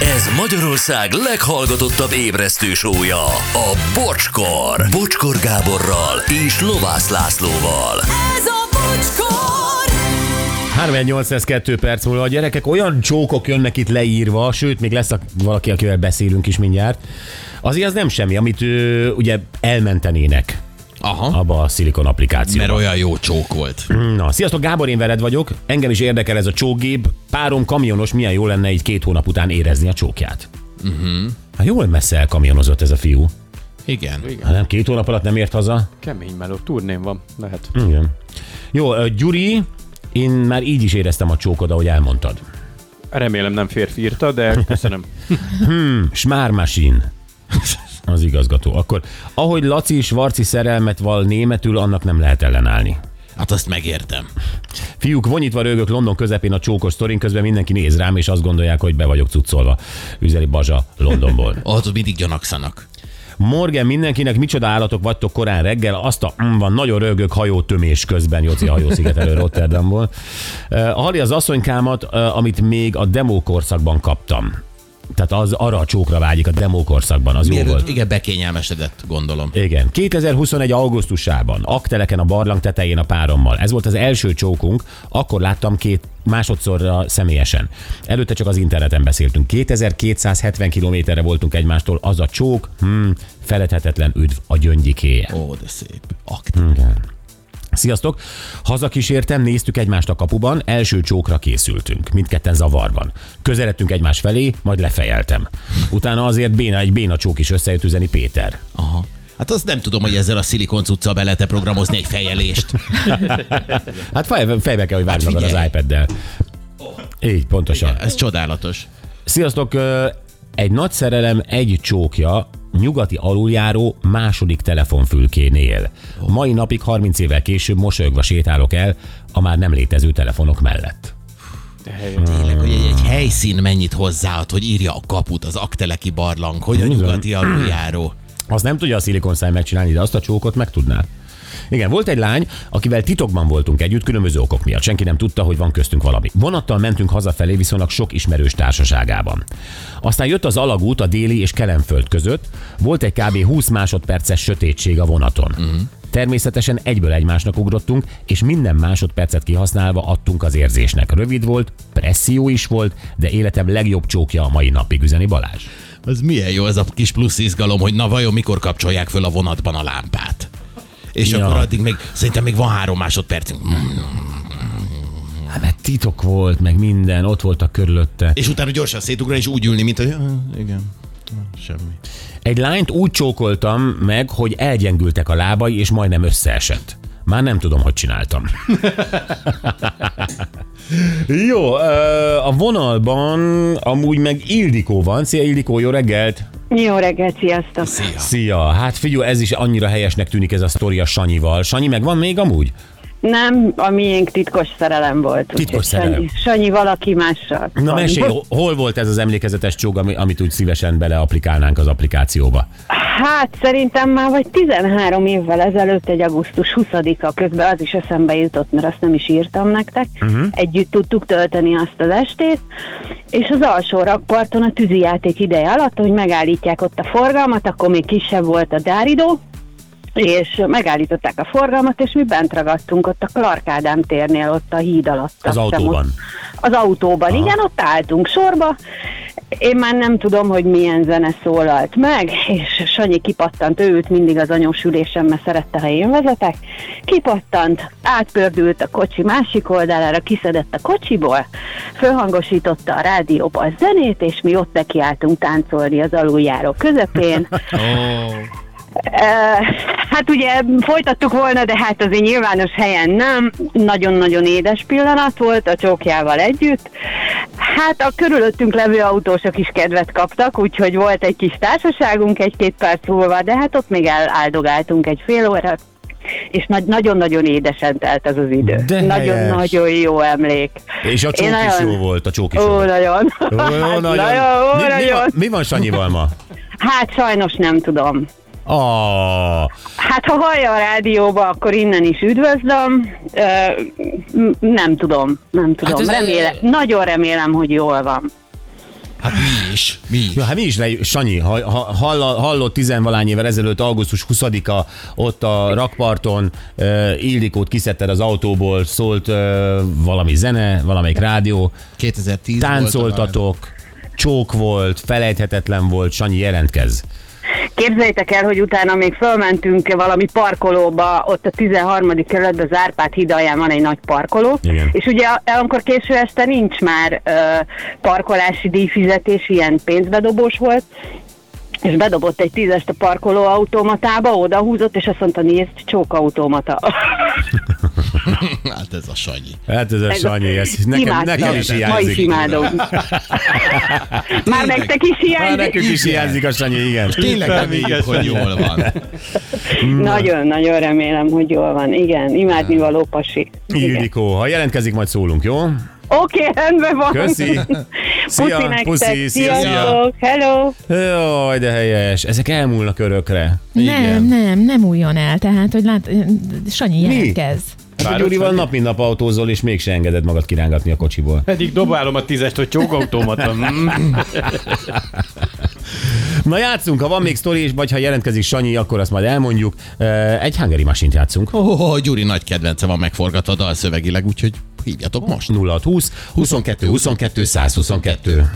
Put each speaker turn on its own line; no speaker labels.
Ez Magyarország leghallgatottabb ébresztő sója, a Bocskor. Bocskor Gáborral és Lovász Lászlóval.
Ez a bocskor!
3802 perc múlva a gyerekek olyan csókok jönnek itt leírva, sőt, még lesz a, valaki, akivel beszélünk is mindjárt. Azért az nem semmi, amit ö, ugye elmentenének
Aha.
abba a szilikon applikációba.
Mert olyan jó csók volt.
Na, sziasztok, Gábor, én veled vagyok. Engem is érdekel ez a csókgép. Párom kamionos, milyen jó lenne így két hónap után érezni a csókját. Uh-huh. Hát jól messze elkamionozott ez a fiú.
Igen.
Hát nem, két hónap alatt nem ért haza?
Kemény meló, turnén van, lehet.
Igen. Jó, ö, Gyuri, én már így is éreztem a csókod, ahogy elmondtad.
Remélem nem férfi írta, de köszönöm.
Smármasin. Az igazgató. Akkor, ahogy Laci és Varci szerelmet val németül, annak nem lehet ellenállni.
Hát azt megértem.
Fiúk, vonyítva rögök London közepén a csókos sztorin, közben mindenki néz rám, és azt gondolják, hogy be vagyok cuccolva. Üzeli Bazsa Londonból.
Ott mindig gyanakszanak.
Morgan, mindenkinek micsoda állatok vagytok korán reggel, azt a mm, van, nagyon rögök hajó tömés közben, Jóci hajószigetelő Rotterdamból. Ö, Hali az asszonykámat, ö, amit még a demo korszakban kaptam. Tehát az arra a csókra vágyik a demo korszakban, az jó volt.
Miért, igen, bekényelmesedett, gondolom.
Igen. 2021. augusztusában, akteleken a barlang tetején a párommal. Ez volt az első csókunk, akkor láttam két másodszorra személyesen. Előtte csak az interneten beszéltünk. 2270 kilométerre voltunk egymástól, az a csók, hmm, feledhetetlen üdv a gyöngyikéje.
Ó, de szép.
Hm.
Aktív.
Sziasztok! Hazakísértem, néztük egymást a kapuban, első csókra készültünk, mindketten zavarban. Közeledtünk egymás felé, majd lefejeltem. Utána azért béna egy béna csók is összejött üzeni Péter.
Aha. Hát azt nem tudom, hogy ezzel a szilikon cuccal be lehet programozni egy fejelést.
Hát fej, fejbe kell, hogy vágd
Hát
magad az
figyelj.
iPad-del. Így, pontosan.
Ez csodálatos.
Sziasztok! ö, Egy nagy szerelem egy csókja nyugati aluljáró második telefonfülkénél. Mai napig 30 évvel később mosolyogva sétálok el a már nem létező telefonok mellett. Hm.
Tényleg, hogy egy, egy helyszín mennyit hozzáad, hogy írja a kaput, az akteleki barlang, hogy a nyugati aluljáró.
Azt nem tudja a szilikonszáj megcsinálni, de azt a csókot meg tudná. Igen, volt egy lány, akivel titokban voltunk együtt különböző okok miatt. Senki nem tudta, hogy van köztünk valami. Vonattal mentünk hazafelé viszonylag sok ismerős társaságában. Aztán jött az alagút a déli és kelemföld között. Volt egy kb. 20 másodperces sötétség a vonaton. Uh-huh. Természetesen egyből egymásnak ugrottunk, és minden másodpercet kihasználva adtunk az érzésnek. Rövid volt, presszió is volt, de életem legjobb csókja a mai napig, üzeni Balázs.
Az milyen jó ez a kis plusz izgalom, hogy na vajon mikor kapcsolják föl a vonatban a lámpát. És
Ja.
ja. akkor addig még, szerintem még van három másodpercünk. Mm.
Hát mert titok volt, meg minden, ott voltak körülötte.
És utána gyorsan szétugrani, és úgy ülni, mint hogy... "Ah, Igen, Ah, semmi.
Egy lányt úgy csókoltam meg, hogy elgyengültek a lábai, és majdnem összeesett. Már nem tudom, hogy csináltam. jó, ö, a vonalban amúgy meg Ildikó van. Szia Ildikó, jó reggelt!
Jó reggelt, sziasztok!
Szia.
Szia! Hát figyelj, ez is annyira helyesnek tűnik ez a sztori a Sanyival. Sanyi meg van még amúgy?
Nem, a miénk titkos szerelem volt.
Titkos
úgyhogy
szerelem.
Sanyi, Sanyi valaki mással.
Na
Van.
mesélj, ho- hol volt ez az emlékezetes csók, ami- amit úgy szívesen beleaplikálnánk az applikációba?
Hát szerintem már vagy 13 évvel ezelőtt egy augusztus 20-a közben az is eszembe jutott, mert azt nem is írtam nektek.
Mhm.
Uh-huh. Együtt tudtuk tölteni azt az estét, és az alsó rakparton a tűzijáték ideje alatt, hogy megállítják ott a forgalmat, akkor még kisebb volt a dáridó, és megállították a forgalmat, és mi bent ragadtunk ott a Clark Ádám térnél, ott a híd alatt.
Az
Azt hiszem,
autóban.
ott- Az autóban, Aha. igen, ott álltunk sorba. Én már nem tudom, hogy milyen zene szólalt meg, és Sanyi kipattant, ő ült mindig az anyós ülésem, mert szerette, ha én vezetek. Kipattant, átpördült a kocsi másik oldalára, kiszedett a kocsiból, fölhangosította a rádióba a zenét, és mi ott nekiálltunk táncolni az aluljáró közepén. Ö, Hát ugye folytattuk volna, de hát azért nyilvános helyen nem. Nagyon-nagyon édes pillanat volt a csókjával együtt. Hát a körülöttünk levő autósok is kedvet kaptak, úgyhogy volt egy kis társaságunk egy-két perc múlva, de hát ott még eláldogáltunk egy fél órát, és nagy- nagyon-nagyon édesen telt az az idő.
De
Nagyon-nagyon jó emlék.
És a csók
Én
is
nagyon-
jó volt, a csók is jó
Ó,
volt.
nagyon.
Ó,
Hát,
nagyon. Mi,
Nagyon, ó,
mi, van,
nagyon.
mi van Sanyival ma?
Hát sajnos nem tudom.
Ah,
Hát ha hallja a rádióba, akkor innen is üdvözlöm. Ö, m- nem tudom, nem tudom.
ez-
remélem, Nagyon remélem, hogy jól van.
Hát Hát mi is, mi is.
Ja, hát mi is le, Sanyi, ha, ha, hall, hallott tizenvalány évvel ezelőtt, augusztus 20-a, ott a rakparton uh, Ildikót kiszedted az autóból, szólt uh, valami zene, valamelyik rádió,
2010 Volt
táncoltatok, csók volt, felejthetetlen volt, Sanyi, jelentkez.
Képzeljétek el, hogy utána még fölmentünk valami parkolóba, ott a 13. kerületben az Árpád hidalján van egy nagy parkoló,
Igen.
és ugye a- amikor késő este nincs már ö, parkolási díjfizetés, ilyen pénzbedobós volt, és bedobott egy tízest a parkoló automatába, odahúzott, és azt mondta, nézd, csókautomata.
a- Hát ez a Sanyi.
Hát ez a Sanyi, ez nekem,
Imádtam.
nekem is
Ma is
hiányzik.
imádom. Már nektek is
Már
hiányzik?
nekünk is hiányzik a Sanyi, igen.
Tényleg reméljük, hogy jól van.
Nagyon-nagyon remélem, hogy jól van. Igen, imádnivaló pasi. Igen.
Ildikó, ha jelentkezik, majd szólunk, jó?
Oké, rendben van.
Köszi. Szia,
puszi, nektek.
puszi, szia,
Sziasztok. Hello.
Jaj, de helyes. Ezek elmúlnak örökre.
Nem, nem, nem újjon el. Tehát, hogy lát, Sanyi jelentkez.
Hát a Gyurival nap mint nap autózol, és mégse engeded magad kirángatni a kocsiból.
Eddig dobálom a tízest, hogy csókautomata. Mm.
Na játszunk, ha van még sztori, és vagy ha jelentkezik Sanyi, akkor azt majd elmondjuk. Eh, Egy Hungary machine játszunk.
Ó, oh, Gyuri nagy kedvence van megforgatva dalszövegileg, úgyhogy hívjatok most.
0620 22 22 122.